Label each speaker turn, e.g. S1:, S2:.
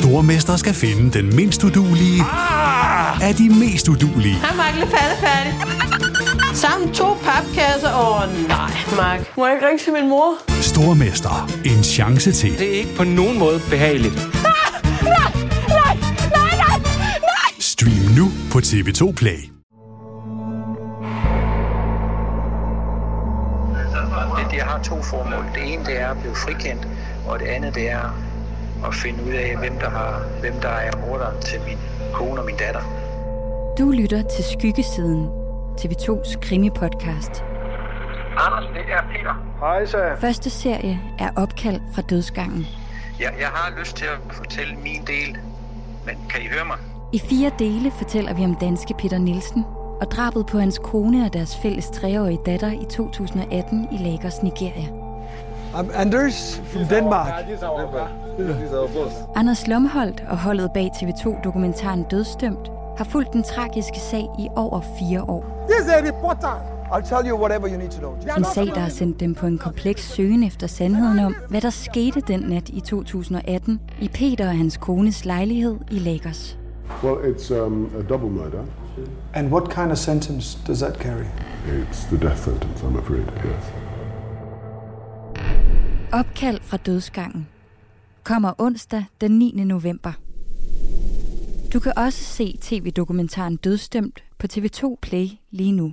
S1: Stormester skal finde den mindst udulige ah! af de mest udulige.
S2: Hej, Mark. Lidt færdig. Sammen to papkasser. Åh, oh, nej, Mark. Må jeg ikke ringe til min mor?
S1: Stormester. En chance til.
S3: Det er ikke på nogen måde behageligt.
S1: Stream nu på TV2 Play.
S4: Det, det har to formål. Det ene det er at blive frikendt, og det andet det er at finde ud af, hvem der, har, hvem der er morderen til min kone og min datter.
S5: Du lytter til Skyggesiden, TV2's krimipodcast.
S4: Anders, det er Peter.
S6: Hej så.
S5: Første serie er opkald fra dødsgangen.
S4: Jeg, jeg har lyst til at fortælle min del, men kan I høre mig?
S5: I fire dele fortæller vi om danske Peter Nielsen og drabet på hans kone og deres fælles treårige datter i 2018 i Lagos, Nigeria.
S6: I'm Anders from Denmark.
S5: Anders Lomholdt og holdet bag TV2-dokumentaren Dødstømt har fulgt den tragiske sag i over fire år.
S6: This is a reporter. I'll tell you whatever you need to know.
S5: En sag, der har sendt dem på en kompleks søgen efter sandheden om, hvad der skete den nat i 2018 i Peter og hans kones lejlighed i Lagos.
S7: Well, it's um, a double murder.
S6: And what kind of sentence does that carry?
S7: It's the death sentence, I'm afraid, yes.
S5: Opkald fra dødsgangen kommer onsdag den 9. november. Du kan også se tv-dokumentaren Dødstømt på TV2 Play lige nu.